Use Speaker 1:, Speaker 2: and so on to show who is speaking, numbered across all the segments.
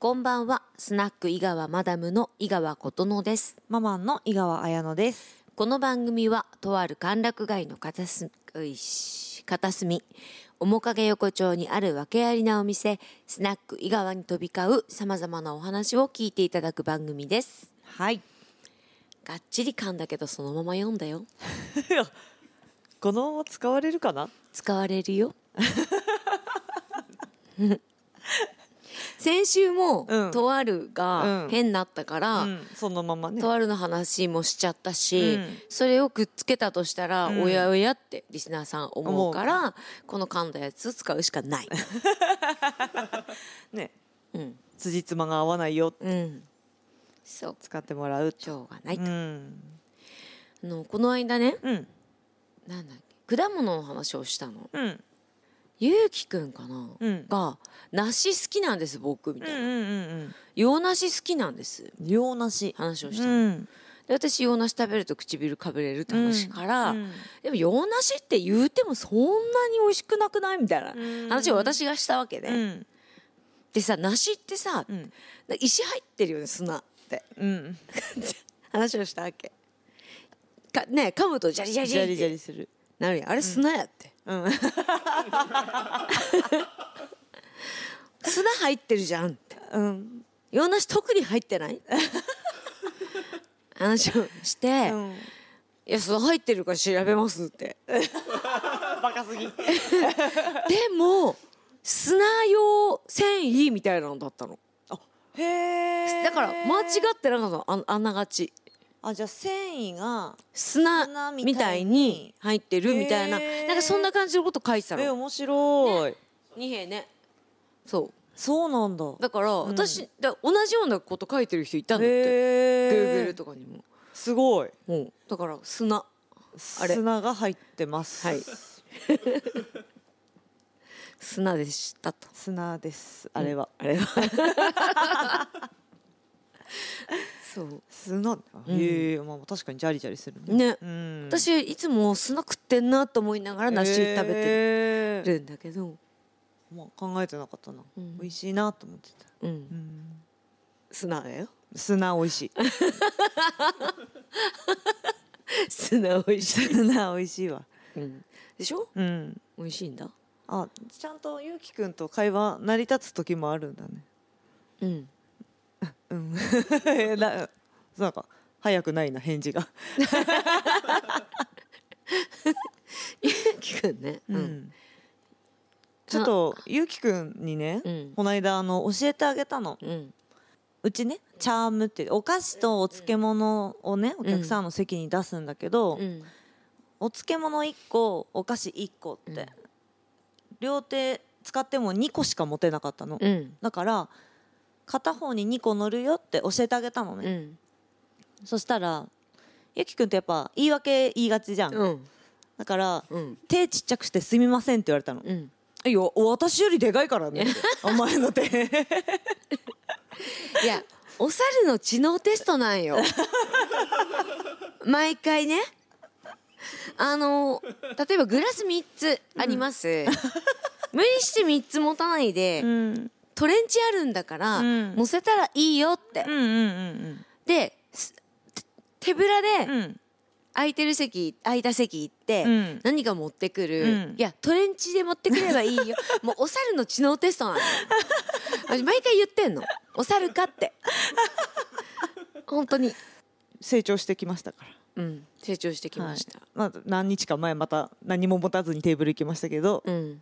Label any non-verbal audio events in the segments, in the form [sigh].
Speaker 1: こんばんは、スナック井川マダムの井川琴乃です。
Speaker 2: ママンの井川彩乃です。
Speaker 1: この番組は、とある歓楽街の片隅、ういし片隅、面影横丁にある訳ありなお店、スナック井川に飛び交う様々なお話を聞いていただく番組です。
Speaker 2: はい。
Speaker 1: がっちり噛んだけどそのまま読んだよ。
Speaker 2: [laughs] このまま使われるかな？
Speaker 1: 使われる
Speaker 2: [laughs]
Speaker 1: よ。先週も、
Speaker 2: うん
Speaker 1: とあるが
Speaker 2: うん
Speaker 1: 変になったから、
Speaker 2: うん、そのままね。
Speaker 1: とあるの話もしちゃったし、
Speaker 2: うん
Speaker 1: それをくっつけたとしたら、
Speaker 2: うん
Speaker 1: おやおやってリスナーさん思うからこの噛んだやつ使うしかない。
Speaker 2: ね、
Speaker 1: うん、
Speaker 2: 辻褄が合わないよ。
Speaker 1: うん、そう
Speaker 2: 使ってもらう。
Speaker 1: しょうがない、
Speaker 2: うん。
Speaker 1: あのこの間ね
Speaker 2: うん。
Speaker 1: なんだっけ果物の話をしたの
Speaker 2: うん。
Speaker 1: ゆうきくんかな、
Speaker 2: うん
Speaker 1: が梨好きなんです僕み
Speaker 2: うん
Speaker 1: たいな、
Speaker 2: うんうん
Speaker 1: 洋梨好きなんです
Speaker 2: うん。洋梨。
Speaker 1: 話をし
Speaker 2: う
Speaker 1: たの、
Speaker 2: ん。
Speaker 1: で私洋梨食べると唇かぶれるって話から、
Speaker 2: うん
Speaker 1: でも洋梨って言うてもそんなに美味しくなくないみたいな
Speaker 2: うん
Speaker 1: 話を私がしたわけで、
Speaker 2: うん。
Speaker 1: でさ梨ってさ、
Speaker 2: うん。
Speaker 1: 石入ってるよね砂って
Speaker 2: うん。
Speaker 1: 話をしたわけかね噛むとジャリジャリジ
Speaker 2: ジ
Speaker 1: ャ
Speaker 2: ャ
Speaker 1: リ
Speaker 2: リ
Speaker 1: っ
Speaker 2: ジャ
Speaker 1: て
Speaker 2: リする。
Speaker 1: なるやんあれ砂やって、
Speaker 2: うん。
Speaker 1: 砂入ってるじゃんって
Speaker 2: うん。
Speaker 1: 洋梨特に入ってない話をして、
Speaker 2: うん
Speaker 1: いや砂入ってるから調べますって
Speaker 2: バカすぎ。
Speaker 1: でも砂用繊維みたいなのだったの
Speaker 2: へえ。
Speaker 1: だから間違ってなかったのああながち
Speaker 2: あ、じゃあ繊維が。
Speaker 1: 砂
Speaker 2: 砂
Speaker 1: み
Speaker 2: み
Speaker 1: た
Speaker 2: た
Speaker 1: い
Speaker 2: いに
Speaker 1: に入ってるみたいな
Speaker 2: へー
Speaker 1: なんかそんな感じのこと書いてた
Speaker 2: え、
Speaker 1: の
Speaker 2: 面白い。
Speaker 1: 二平ねそう
Speaker 2: そうなんだ。
Speaker 1: だから
Speaker 2: ん
Speaker 1: 私、だ同じようなこと書いてる人いたんだって
Speaker 2: へ
Speaker 1: Google
Speaker 2: え。
Speaker 1: とかにも
Speaker 2: すごい。
Speaker 1: うんだから砂あれ
Speaker 2: 砂が入ってます。
Speaker 1: はい砂でしたと
Speaker 2: 砂です。あれは。
Speaker 1: あれはそう
Speaker 2: 砂。へえ、まあ、確かにジャリジャリする。
Speaker 1: ね
Speaker 2: うん。
Speaker 1: 私いつも砂食ってんなと思いながら梨食べて
Speaker 2: べる。
Speaker 1: るんだけど、
Speaker 2: まあ、考えてなかったな。
Speaker 1: うん
Speaker 2: 美味しいなと思ってた。
Speaker 1: う、
Speaker 2: うんん。
Speaker 1: 砂だよ
Speaker 2: 砂美味しい。
Speaker 1: 砂美味しい、
Speaker 2: [laughs] 砂美味しいわ。
Speaker 1: [laughs] うん、でしょ
Speaker 2: うん。
Speaker 1: 美味しいんだ
Speaker 2: あ、ちゃんとゆうきくんと会話成り立つ時もあるんだね。
Speaker 1: うん
Speaker 2: うん。 [laughs] な、なんか。早くないな返事が、
Speaker 1: ゆうきくんねうん
Speaker 2: ちょっとゆうきくんにね、
Speaker 1: うん
Speaker 2: この間あの教えてあげたの
Speaker 1: うん
Speaker 2: うちねチャームってお菓子とお漬物をねお客さんの席に出すんだけど、
Speaker 1: うん
Speaker 2: お漬物1個お菓子1個って、
Speaker 1: うん
Speaker 2: 両手使っても2個しか持てなかったの、
Speaker 1: うん
Speaker 2: だから片方に2個乗るよって教えてあげたの
Speaker 1: う
Speaker 2: ね、
Speaker 1: ん
Speaker 2: そしたらゆきくんってやっぱ言い訳言いがちじゃん、
Speaker 1: うん
Speaker 2: だから、
Speaker 1: うん
Speaker 2: 手ちっちゃくしてすみませんって言われたの、
Speaker 1: うん
Speaker 2: いや私よりでかいからねお前の手
Speaker 1: いやお猿の知能テストなんよ毎回ねあの例えばグラス3つあります、無理して3つ持たないで、
Speaker 2: うん
Speaker 1: トレンチあるんだから、
Speaker 2: うん
Speaker 1: 乗せたらいいよって、
Speaker 2: うんうん
Speaker 1: です手ぶら
Speaker 2: うんう
Speaker 1: で
Speaker 2: ん
Speaker 1: 空いてる席空いた席行って、
Speaker 2: うん
Speaker 1: 何か持ってくる、
Speaker 2: うん
Speaker 1: いやトレンチで持ってくればいい
Speaker 2: [laughs]
Speaker 1: よもうお猿の知能テストなの私毎回言ってんのお猿か
Speaker 2: [laughs]
Speaker 1: って本当に
Speaker 2: 成長してきましたから
Speaker 1: うん成長してきました、
Speaker 2: はい、まあ、何日か前また何も持たずにテーブル行きましたけど、
Speaker 1: うん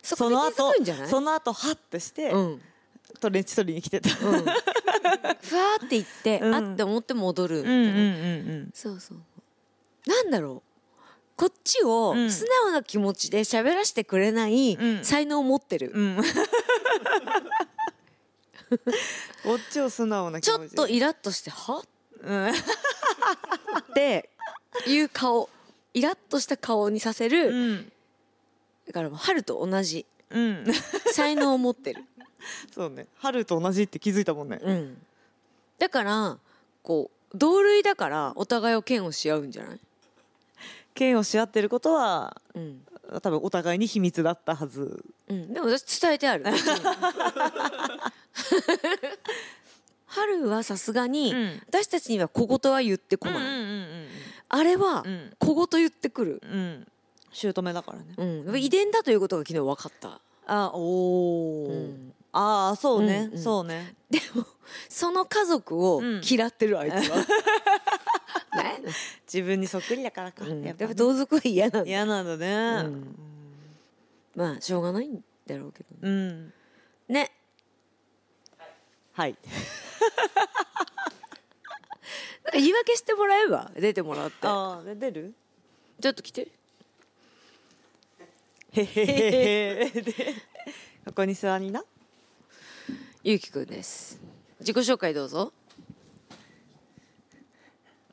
Speaker 1: そ
Speaker 2: その
Speaker 1: こで気づ
Speaker 2: 後
Speaker 1: くんじゃない
Speaker 2: その後ハッとして、
Speaker 1: うん、う
Speaker 2: [laughs]
Speaker 1: ん、
Speaker 2: トレンチ取りに来てた、
Speaker 1: ふわーって行って、
Speaker 2: うん
Speaker 1: あって思って戻る、
Speaker 2: ん
Speaker 1: そうそうなんだろうこっちを
Speaker 2: うん
Speaker 1: 素直な気持ちで喋らせてくれない
Speaker 2: うん
Speaker 1: 才能を持ってる、
Speaker 2: うんうんこっちを素直な気
Speaker 1: ち
Speaker 2: 持ち
Speaker 1: ょっ
Speaker 2: で
Speaker 1: とイラッとしては
Speaker 2: うん
Speaker 1: っていう顔イラッとした顔にさせる、
Speaker 2: うん
Speaker 1: だからもう春と同
Speaker 2: [laughs]
Speaker 1: じ
Speaker 2: うん
Speaker 1: 才能を持ってる、
Speaker 2: そうね春と同じって気づいたもんね、
Speaker 1: うん、だからこう同類だからお互いを嫌悪し合うんじゃない、
Speaker 2: 剣をし合ってることは
Speaker 1: うん
Speaker 2: 多分お互いに秘密だったはず [laughs]
Speaker 1: うん、でも私伝えてあるうん春はさすがに、
Speaker 2: うん
Speaker 1: 私たちには小言は言ってこない、
Speaker 2: うん
Speaker 1: あれは
Speaker 2: うんうん
Speaker 1: 小言言ってくる、
Speaker 2: うん姑だからね
Speaker 1: うん遺伝だということが昨日分かった
Speaker 2: あおお、
Speaker 1: うん
Speaker 2: ああそうね、
Speaker 1: うんうん
Speaker 2: そうね
Speaker 1: でもその家族を
Speaker 2: うん
Speaker 1: 嫌ってるあいつ [laughs] は、ね
Speaker 2: 自分にそっくりだからか、
Speaker 1: うんや
Speaker 2: や
Speaker 1: っ
Speaker 2: っぱ
Speaker 1: ぱ同族は嫌なんだ
Speaker 2: 嫌なんだね
Speaker 1: まあしょうがないんだろうけど
Speaker 2: うん、
Speaker 1: ねね
Speaker 2: はい
Speaker 1: 言い訳してもらえば出てもらって
Speaker 2: ああで出る [laughs]
Speaker 1: ちょっと来て
Speaker 2: へへへでここに座りな
Speaker 1: ゆうきくんです自己紹介どうぞ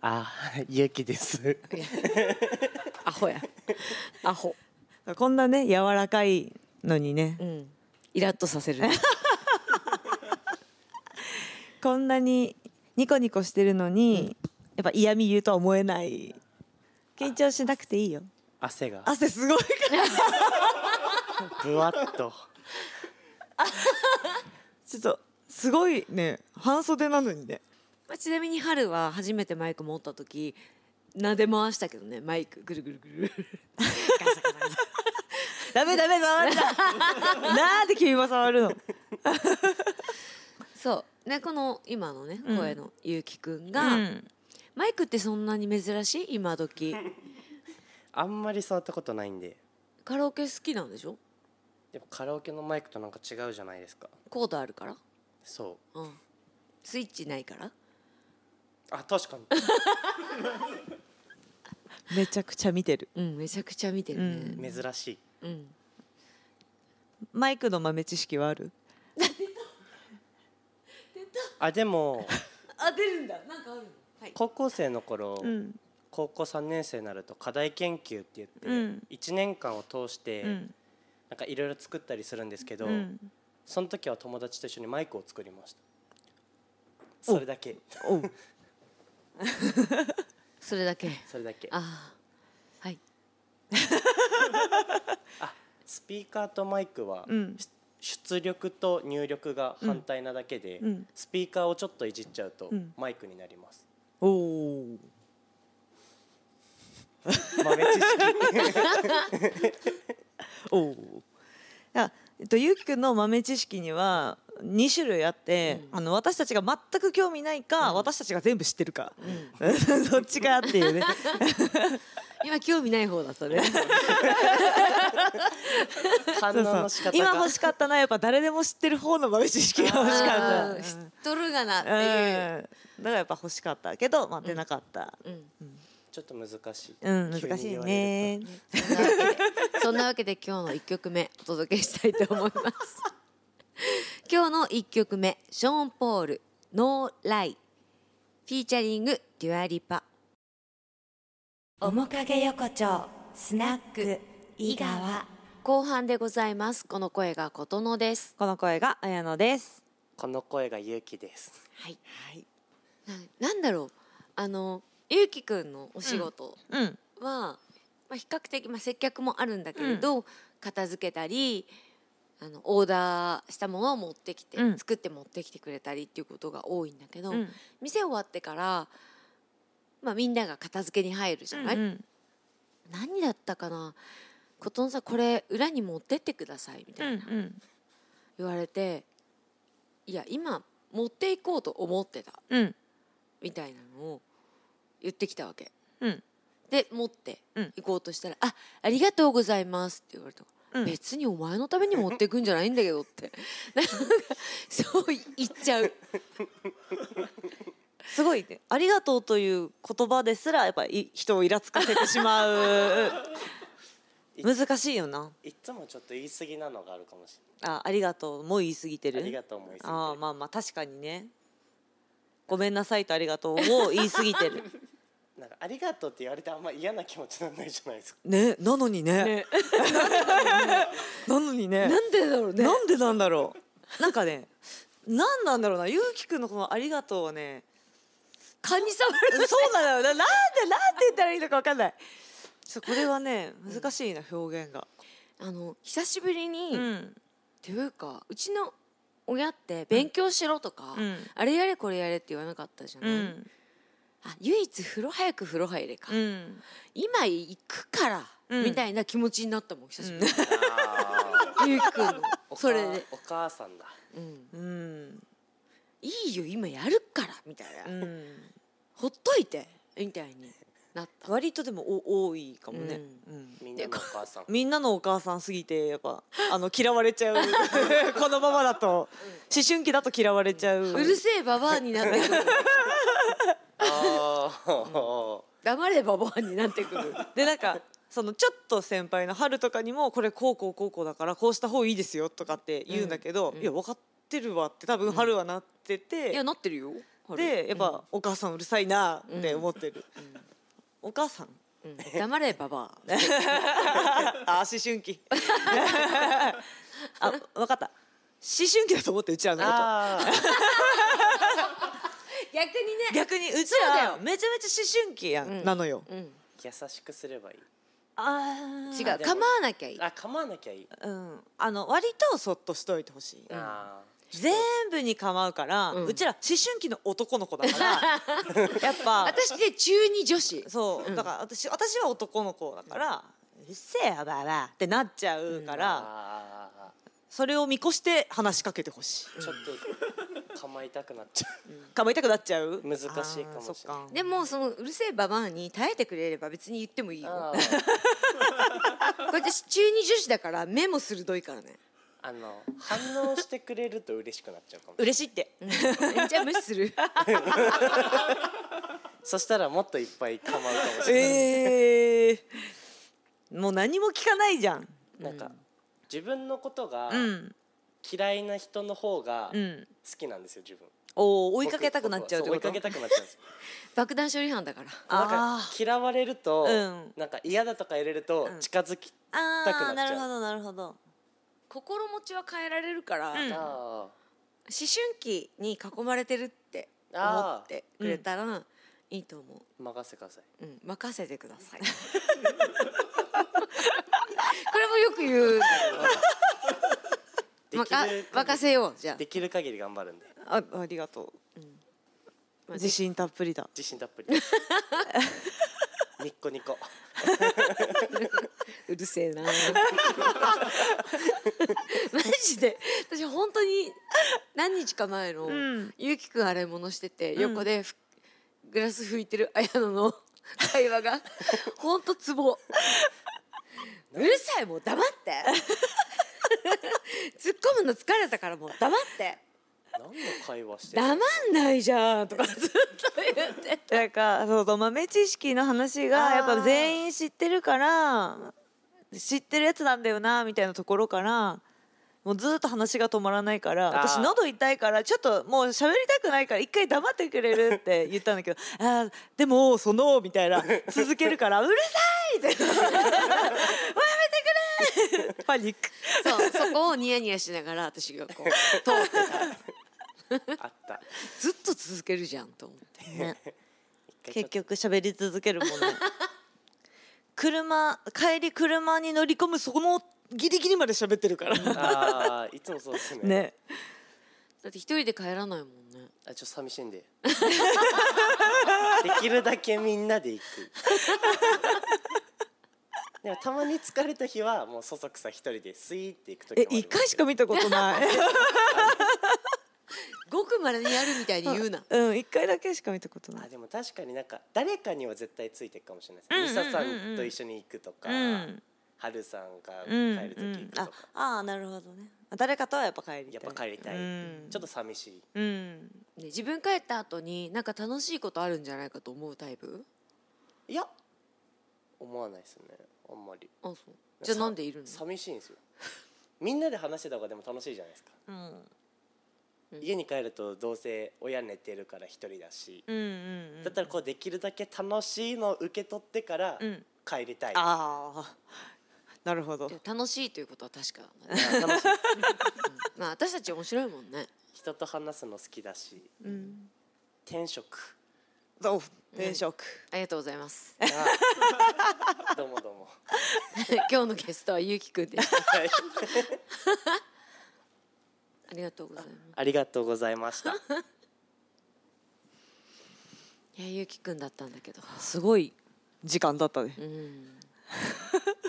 Speaker 3: あー、ゆきです。
Speaker 1: アホや [laughs] アホ
Speaker 2: こんなね柔らかいのにね、
Speaker 1: うんイラッとさせるね
Speaker 2: こんなにニコニコしてるのに、やっぱ嫌み言うとは思えない緊張しなくていいよ
Speaker 3: 汗が
Speaker 2: 汗すごいから
Speaker 3: ぶわっと。
Speaker 2: ちょっとすごいね半袖なのにね
Speaker 1: [laughs] まあちなみに春は初めてマイク持った時撫で回したけどねマイクぐるぐるぐるぐるガサガサガサ
Speaker 2: ダメダメ触っちゃう [laughs] なんで君も触るの
Speaker 1: そうねこの今のね
Speaker 2: うん
Speaker 1: 声のゆうきくんが、マイクってそんなに珍しい今時
Speaker 3: あんまり触ったことないんで。
Speaker 1: カラオケ好きなんでしょ
Speaker 3: でもカラオケのマイクとなんか違うじゃないですか。
Speaker 1: コードあるから
Speaker 3: そ
Speaker 1: うんスイッチないから
Speaker 3: う。あ、確かに。
Speaker 2: めちゃくちゃ見てる
Speaker 1: うんめちゃくちゃ見てるね
Speaker 3: 珍しい。
Speaker 1: うん、
Speaker 2: マイクの豆知識はある
Speaker 3: あ、でも、
Speaker 1: あ出るんだなんかあるのはい
Speaker 3: 高校生の頃、
Speaker 2: ん
Speaker 3: 高校3年生になると課題研究って言って、
Speaker 2: うん
Speaker 3: 1年間を通して、
Speaker 2: うん
Speaker 3: なんかいろいろ作ったりするんですけど、
Speaker 2: うん
Speaker 3: その時は友達と一緒にマイクを作りました。それだけ。 [laughs]
Speaker 2: おう
Speaker 1: それだけ
Speaker 3: それだけ。
Speaker 1: ああはい
Speaker 3: スピーカーとマイクは、
Speaker 2: うん
Speaker 3: し出力と入力が反対なだけで、
Speaker 2: うん
Speaker 3: スピーカーをちょっといじっちゃうと、
Speaker 2: うん
Speaker 3: マイクになります。
Speaker 2: おお [laughs]
Speaker 3: 豆知識
Speaker 2: おお。あ、えっと、ゆうきくんの豆知識には2種類あって、あの私たちが全く興味ないか、私たちが全部知ってるか、 [laughs] どっちかっていうね
Speaker 1: 今興味ない方だ [laughs] ったね
Speaker 3: [laughs] 反
Speaker 2: そう
Speaker 3: 応
Speaker 2: そう
Speaker 3: の仕方が
Speaker 2: 今欲しかったのはやっぱ誰でも知ってる方の豆知識が欲しか
Speaker 1: うん
Speaker 2: っ
Speaker 1: 知
Speaker 2: た。うん
Speaker 1: っとるがなっていう、
Speaker 2: だからやっぱ欲しかったけど、まあ、出なかった。
Speaker 1: うん
Speaker 3: ちょっと難しい。
Speaker 2: うん、
Speaker 3: 急に
Speaker 2: 難しい
Speaker 3: 言われ
Speaker 2: ね
Speaker 3: ると。
Speaker 1: そんなわけで [laughs] そんなわけで今日の一曲目お届けしたいと思います [laughs] 今日の一曲目ショーン・ポール「ノーライ」フィーチャリングデュアリパ
Speaker 4: 面影横丁スナック井川
Speaker 1: 後半でございますこの声が琴乃です
Speaker 2: この声が綾乃です。
Speaker 3: この声が勇気です。
Speaker 1: はい、はい、なんだろうあのゆうきくんのお仕事
Speaker 2: うん、
Speaker 1: は、まあ、比較的、まあ、接客もあるんだけれど、片付けたりあのオーダーしたものを持ってきて、
Speaker 2: うん
Speaker 1: 作って持ってきてくれたりっていうことが多いんだけど、
Speaker 2: うん、
Speaker 1: 店終わってから、まあ、みんなが片付けに入るじゃない、
Speaker 2: うん
Speaker 1: 何だったかな「琴乃さんこれ裏に持ってってください」みた
Speaker 2: う
Speaker 1: いな、
Speaker 2: ん、
Speaker 1: 言われて「いや今持っていこうと思ってた
Speaker 2: うん、」
Speaker 1: みたいなのを言ってきたわけ。
Speaker 2: うん、
Speaker 1: で持って
Speaker 2: うん
Speaker 1: 行こうとしたら「あありがとうございます」って言われたから、
Speaker 2: うん
Speaker 1: 別にお前のために持っていくんじゃないんだけどって
Speaker 2: [laughs]
Speaker 1: なんかそう言っちゃう
Speaker 2: すごいねありがとうという言葉ですらやっぱり人をイラつかせてしまう難しいよない
Speaker 3: つもちょっと言い過ぎなのがあるかもし
Speaker 2: あありがとうもう言い過ぎて
Speaker 3: れ
Speaker 2: る
Speaker 3: ない。ありがとう思い過ぎてる
Speaker 2: あーまあまあ確かにねごめんなさいとありがとうを言い過ぎてる
Speaker 3: なんかありがとうって言われてあんま嫌な気持ちにならないじゃないで
Speaker 2: [laughs]
Speaker 3: すか。
Speaker 2: ねなのにね
Speaker 1: ね
Speaker 2: [laughs] [laughs] なのにね
Speaker 1: なんでだろうね
Speaker 2: なんでなんだろうなんかねなんなんだろうなゆうきくんのこのありがとうはね
Speaker 1: 蚊に触
Speaker 2: [laughs]
Speaker 1: る
Speaker 2: そうなのよななんでなんて言ったらいいのかわかんないちょっとこれはね難しいな表現が
Speaker 1: あの久しぶりに、
Speaker 2: ん
Speaker 1: っていうかうちの親って勉強しろとか、
Speaker 2: うん
Speaker 1: あれやれこれやれって言わなかったじゃない、
Speaker 2: うん
Speaker 1: あ唯一風呂早く風呂入れか、
Speaker 2: うん
Speaker 1: 今行くから、
Speaker 2: うん
Speaker 1: みたいな気持ちになったもん久しぶりに、
Speaker 3: あ
Speaker 1: ゆうき
Speaker 2: [laughs]
Speaker 1: くんの
Speaker 3: ー
Speaker 1: それで、
Speaker 3: お母さんだ
Speaker 1: うん
Speaker 2: うん
Speaker 1: いいよ今やるからみたいな、
Speaker 2: うん
Speaker 1: ほっといてみたいになった
Speaker 2: 割とでもお多いかもね、うん
Speaker 3: みんなのお母さん
Speaker 2: みんなのお母さんすぎてやっぱあの嫌われちゃうこのままだと思春期だと嫌われちゃう、
Speaker 1: うるせえババアになってくる
Speaker 3: あー
Speaker 1: [laughs] 黙れババアになってくる
Speaker 2: でなんかそのちょっと先輩の春とかにもこれこうこうこうこうだからこうした方がいいですよとかって言うんだけど、いや分かってるわって多分春はなって
Speaker 1: [laughs] いや
Speaker 2: て、
Speaker 1: なってるよ
Speaker 2: でやっぱ、お母さんうるさいなって思ってる、お母さん
Speaker 1: うん黙れババ [laughs] ア
Speaker 2: あ思春期あ分かった思春期だと思ってうちらのこと
Speaker 3: あー
Speaker 1: 逆にね
Speaker 2: 逆にうち
Speaker 1: そうだ
Speaker 2: ら
Speaker 1: よ
Speaker 2: めちゃめちゃ思春期やん、なのよ、
Speaker 1: うん
Speaker 3: 優しくすればいい
Speaker 2: あ
Speaker 1: 違う
Speaker 2: 違う、
Speaker 3: でも
Speaker 1: 構わなきゃいい
Speaker 3: あ構わなきゃいい
Speaker 2: うん、あの割とそっとしといてほしい、
Speaker 3: あ
Speaker 2: 全部に構うから、うちら思春期の男の子だからやっぱ
Speaker 1: 私で中二女子
Speaker 2: そうだから私私は男の子だから、うっせえよババアってなっちゃうか
Speaker 3: ー
Speaker 2: ら、
Speaker 3: あー
Speaker 2: それを見越して話しかけてほしい、
Speaker 3: ちょっと構いたくなっちゃう
Speaker 2: 構いたくなっちゃう
Speaker 3: 難しいかもしれない
Speaker 2: あーそっか
Speaker 1: でもそのうるせえババアに耐えてくれれば別に言ってもいいよ
Speaker 3: あー
Speaker 1: 私中二女子だから目も鋭いからね
Speaker 3: あの反応してくれると嬉しくなっちゃうかも
Speaker 2: 嬉しいって、
Speaker 1: じゃあ無視す [laughs] る
Speaker 3: そしたらもっといっぱい構うかもしれない
Speaker 2: ええー、もう何も聞かないじゃん
Speaker 3: なんか自分のことが
Speaker 2: うん
Speaker 3: 嫌いな人の方が
Speaker 2: う
Speaker 3: 好
Speaker 2: ん
Speaker 3: きなんですよ自分
Speaker 2: おー追いかけたくなっちゃうってこと
Speaker 3: 僕はそう追いかけたくなっちゃうんですよ
Speaker 1: 爆弾処理班だから
Speaker 3: なんか
Speaker 2: あ
Speaker 3: 嫌われると、
Speaker 2: うん
Speaker 3: なんか嫌だとか入れると
Speaker 2: ん
Speaker 3: 近づき、
Speaker 2: あ
Speaker 3: たくな
Speaker 2: ー
Speaker 3: っちゃ
Speaker 2: な
Speaker 3: う
Speaker 2: るほどなるほど
Speaker 1: 心持ちは変えられるから、
Speaker 2: うん
Speaker 1: 思春
Speaker 3: あ
Speaker 1: 期に囲まれてるって思ってくれたらいいと思う、
Speaker 3: ー任せてください
Speaker 1: うん、任せてくださ [laughs] いこれもよく言う
Speaker 3: で
Speaker 1: ま
Speaker 3: きる
Speaker 1: か
Speaker 3: 限り
Speaker 1: 任せようじゃあ
Speaker 3: できる限り頑張るんで
Speaker 2: あありがとう
Speaker 1: まあ
Speaker 2: 自信たっぷりだ
Speaker 3: 自信たっ [laughs] ぷりニッコニコ
Speaker 1: うるせえ [laughs] なマジで私本当に何日か前の、
Speaker 2: ん
Speaker 1: ゆうきくん洗い物してて、横でふグラス拭いてる綾乃 [laughs] の会話が本当ツボうるさいもう黙って [laughs] 突っ込むの疲れたからもう黙って
Speaker 3: 何の会話してる
Speaker 1: 黙んないじゃんとかずっと言って
Speaker 2: なんかそうそう豆知識の話
Speaker 1: あ
Speaker 2: が
Speaker 1: ー
Speaker 2: やっぱ全員知ってるから知ってるやつなんだよなみたいなところからもうずっと話が止まらないから
Speaker 3: あー
Speaker 2: 私喉痛いからちょっともう喋りたくないから一回黙ってくれるって言ったんだけどあーでもそのみたいな続けるからうるさいってもうやめてくれパニック
Speaker 1: [laughs] そうそこをニヤニヤしながら私がこう通ってた
Speaker 3: あった
Speaker 1: [laughs] ずっと続けるじゃんと思って
Speaker 2: ね
Speaker 3: 一回ち
Speaker 2: [laughs]
Speaker 3: ょ
Speaker 2: 結
Speaker 3: っと
Speaker 2: 局喋り続けるもんね車帰り車に乗り込むそこのギリギリまで喋ってるから
Speaker 3: ああいつもそうですね
Speaker 2: ね
Speaker 1: だって一人で帰らないもんね
Speaker 3: あちょっと寂しいんで [laughs] できるだけみんなで行く [laughs] でもたまに疲れた日はもうそそくさ一人でスイーって行く時
Speaker 2: え
Speaker 3: もあります
Speaker 2: 一回しか見たことない
Speaker 1: ごくまれにやるみたいに言うな
Speaker 2: [laughs] うん一回だけしか見たことな
Speaker 3: あ
Speaker 2: い
Speaker 3: でも確かになんか誰かには絶対ついてるかもしれないですねミサ、
Speaker 2: うんうんうんうん
Speaker 3: さんと一緒に行くとか、
Speaker 2: うん
Speaker 3: はるさんが
Speaker 2: うん、
Speaker 3: 帰る時行くとか、
Speaker 2: ああーなるほどね誰かとはやっぱ帰りたい
Speaker 3: やっぱ帰りたい、
Speaker 2: うん
Speaker 3: ちょっと寂しい
Speaker 2: うん
Speaker 1: ね自分帰った後になんか楽しいことあるんじゃないかと思うタイプ
Speaker 3: いや思わないですねあんまり
Speaker 1: あそうじゃあなんでいるの
Speaker 3: さ寂しいんですよみんなで話してた方がでも楽しいじゃないですか
Speaker 2: うん
Speaker 1: うん
Speaker 3: 家に帰るとどうせ親寝てるから一人だし、
Speaker 2: うんうん
Speaker 3: だったらこうできるだけ楽しいのを受け取ってから
Speaker 2: うん
Speaker 3: 帰りたい、
Speaker 2: ああなるほど
Speaker 1: いや楽しいということは確かだね、
Speaker 3: 楽しい
Speaker 1: まあ私たち面白いもんね
Speaker 3: 人と話すの好きだし
Speaker 2: うん
Speaker 3: 転職
Speaker 2: お転職
Speaker 1: ありがとうございます [laughs]
Speaker 2: [laughs]
Speaker 3: あどうもどうも
Speaker 1: 今日のゲストはゆうきくんです
Speaker 3: はい
Speaker 1: ありがとうございます
Speaker 3: ありがとうございました
Speaker 1: いやゆうきくんだったんだけど
Speaker 2: すごい時間だったね、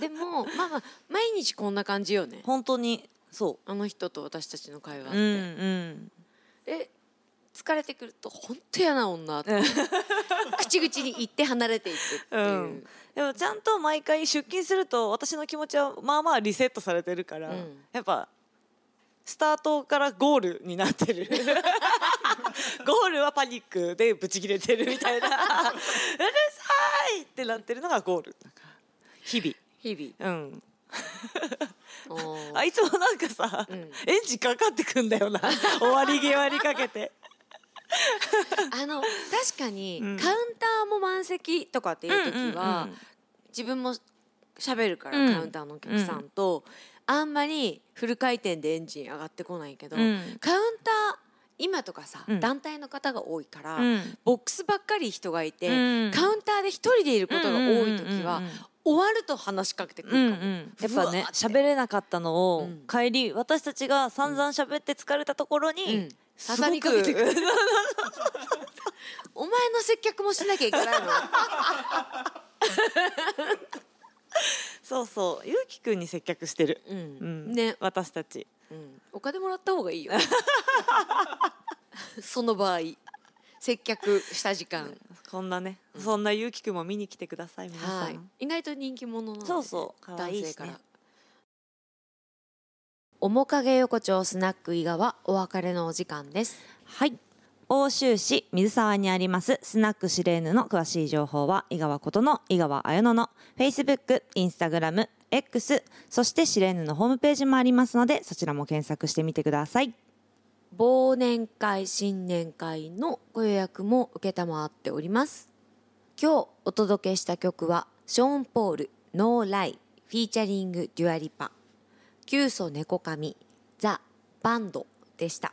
Speaker 1: でもまあまあ毎日こんな感じよね
Speaker 2: 本当にそ
Speaker 1: あの人と私たちの会話っ
Speaker 2: うう
Speaker 1: て、
Speaker 2: んうん
Speaker 1: え疲れてくると本当嫌な女って口々に言って離れていくっていう、
Speaker 2: うんでもちゃんと毎回出勤すると私の気持ちはまあまあリセットされてるから、
Speaker 1: うん
Speaker 2: やっぱスタートからゴールになっ
Speaker 1: [laughs]
Speaker 2: てるゴールはパニックでブチ切れてるみた
Speaker 1: [laughs]
Speaker 2: いなうるさいってなってるのがゴール日
Speaker 1: 日
Speaker 2: 々うん
Speaker 1: 々おー
Speaker 2: あいつもなんかさ、
Speaker 1: ん
Speaker 2: エンジンかかってくんだよな終わり際にかけて
Speaker 1: あの確かに、
Speaker 2: うん
Speaker 1: カウンターも満席とかっていう時は、
Speaker 2: うんうんうん
Speaker 1: 自分も喋るから、
Speaker 2: うん
Speaker 1: カウンターのお客さんと、あんまりフル回転でエンジン上がってこないけど、
Speaker 2: うん
Speaker 1: カウンター今とかさ、
Speaker 2: うん
Speaker 1: 団体の方が多いから、
Speaker 2: うん
Speaker 1: ボックスばっかり人がいて、
Speaker 2: うん
Speaker 1: カウンターで一人でいることが多い時は、
Speaker 2: うんうんうんうん
Speaker 1: 終わると話しかけてくる
Speaker 2: う
Speaker 1: か
Speaker 2: んう
Speaker 1: も、
Speaker 2: ん、やっ
Speaker 1: うわ
Speaker 2: ぱね喋れなかったの
Speaker 1: う
Speaker 2: を
Speaker 1: ん
Speaker 2: 帰り、私たちが散々喋って疲れたところ
Speaker 1: う
Speaker 2: に
Speaker 1: ん、
Speaker 2: す
Speaker 1: 畳
Speaker 2: ご
Speaker 1: みかけてく
Speaker 2: く
Speaker 1: [laughs] お前の接客もしなきゃいけないの
Speaker 2: そうそうゆうきくんに接客してる、
Speaker 1: う
Speaker 2: [laughs] うんん、
Speaker 1: ね、
Speaker 2: 私たち
Speaker 1: うん、お金もらった方がいいよ [laughs] その場合接客した時間
Speaker 2: こんなね、そんなゆうきくんも見に来てください皆さん、
Speaker 1: はい意外と人気者なので、ね、
Speaker 2: そうそう可愛いしね
Speaker 1: 男性から面影横丁スナック伊賀はお別れのお時間です
Speaker 2: はい欧州市水沢にありますスナックシレーヌの詳しい情報は井川ことの井川綾乃の Facebook、Instagram、X そしてシレーヌのホームページもありますのでそちらも検索してみてください
Speaker 1: 忘年会新年会のご予約も承っております今日お届けした曲はショーン・ポール「ノー・ライ」フィーチャリング・デュアリパ「キュウソネコカミ」「ザ・バンド」でした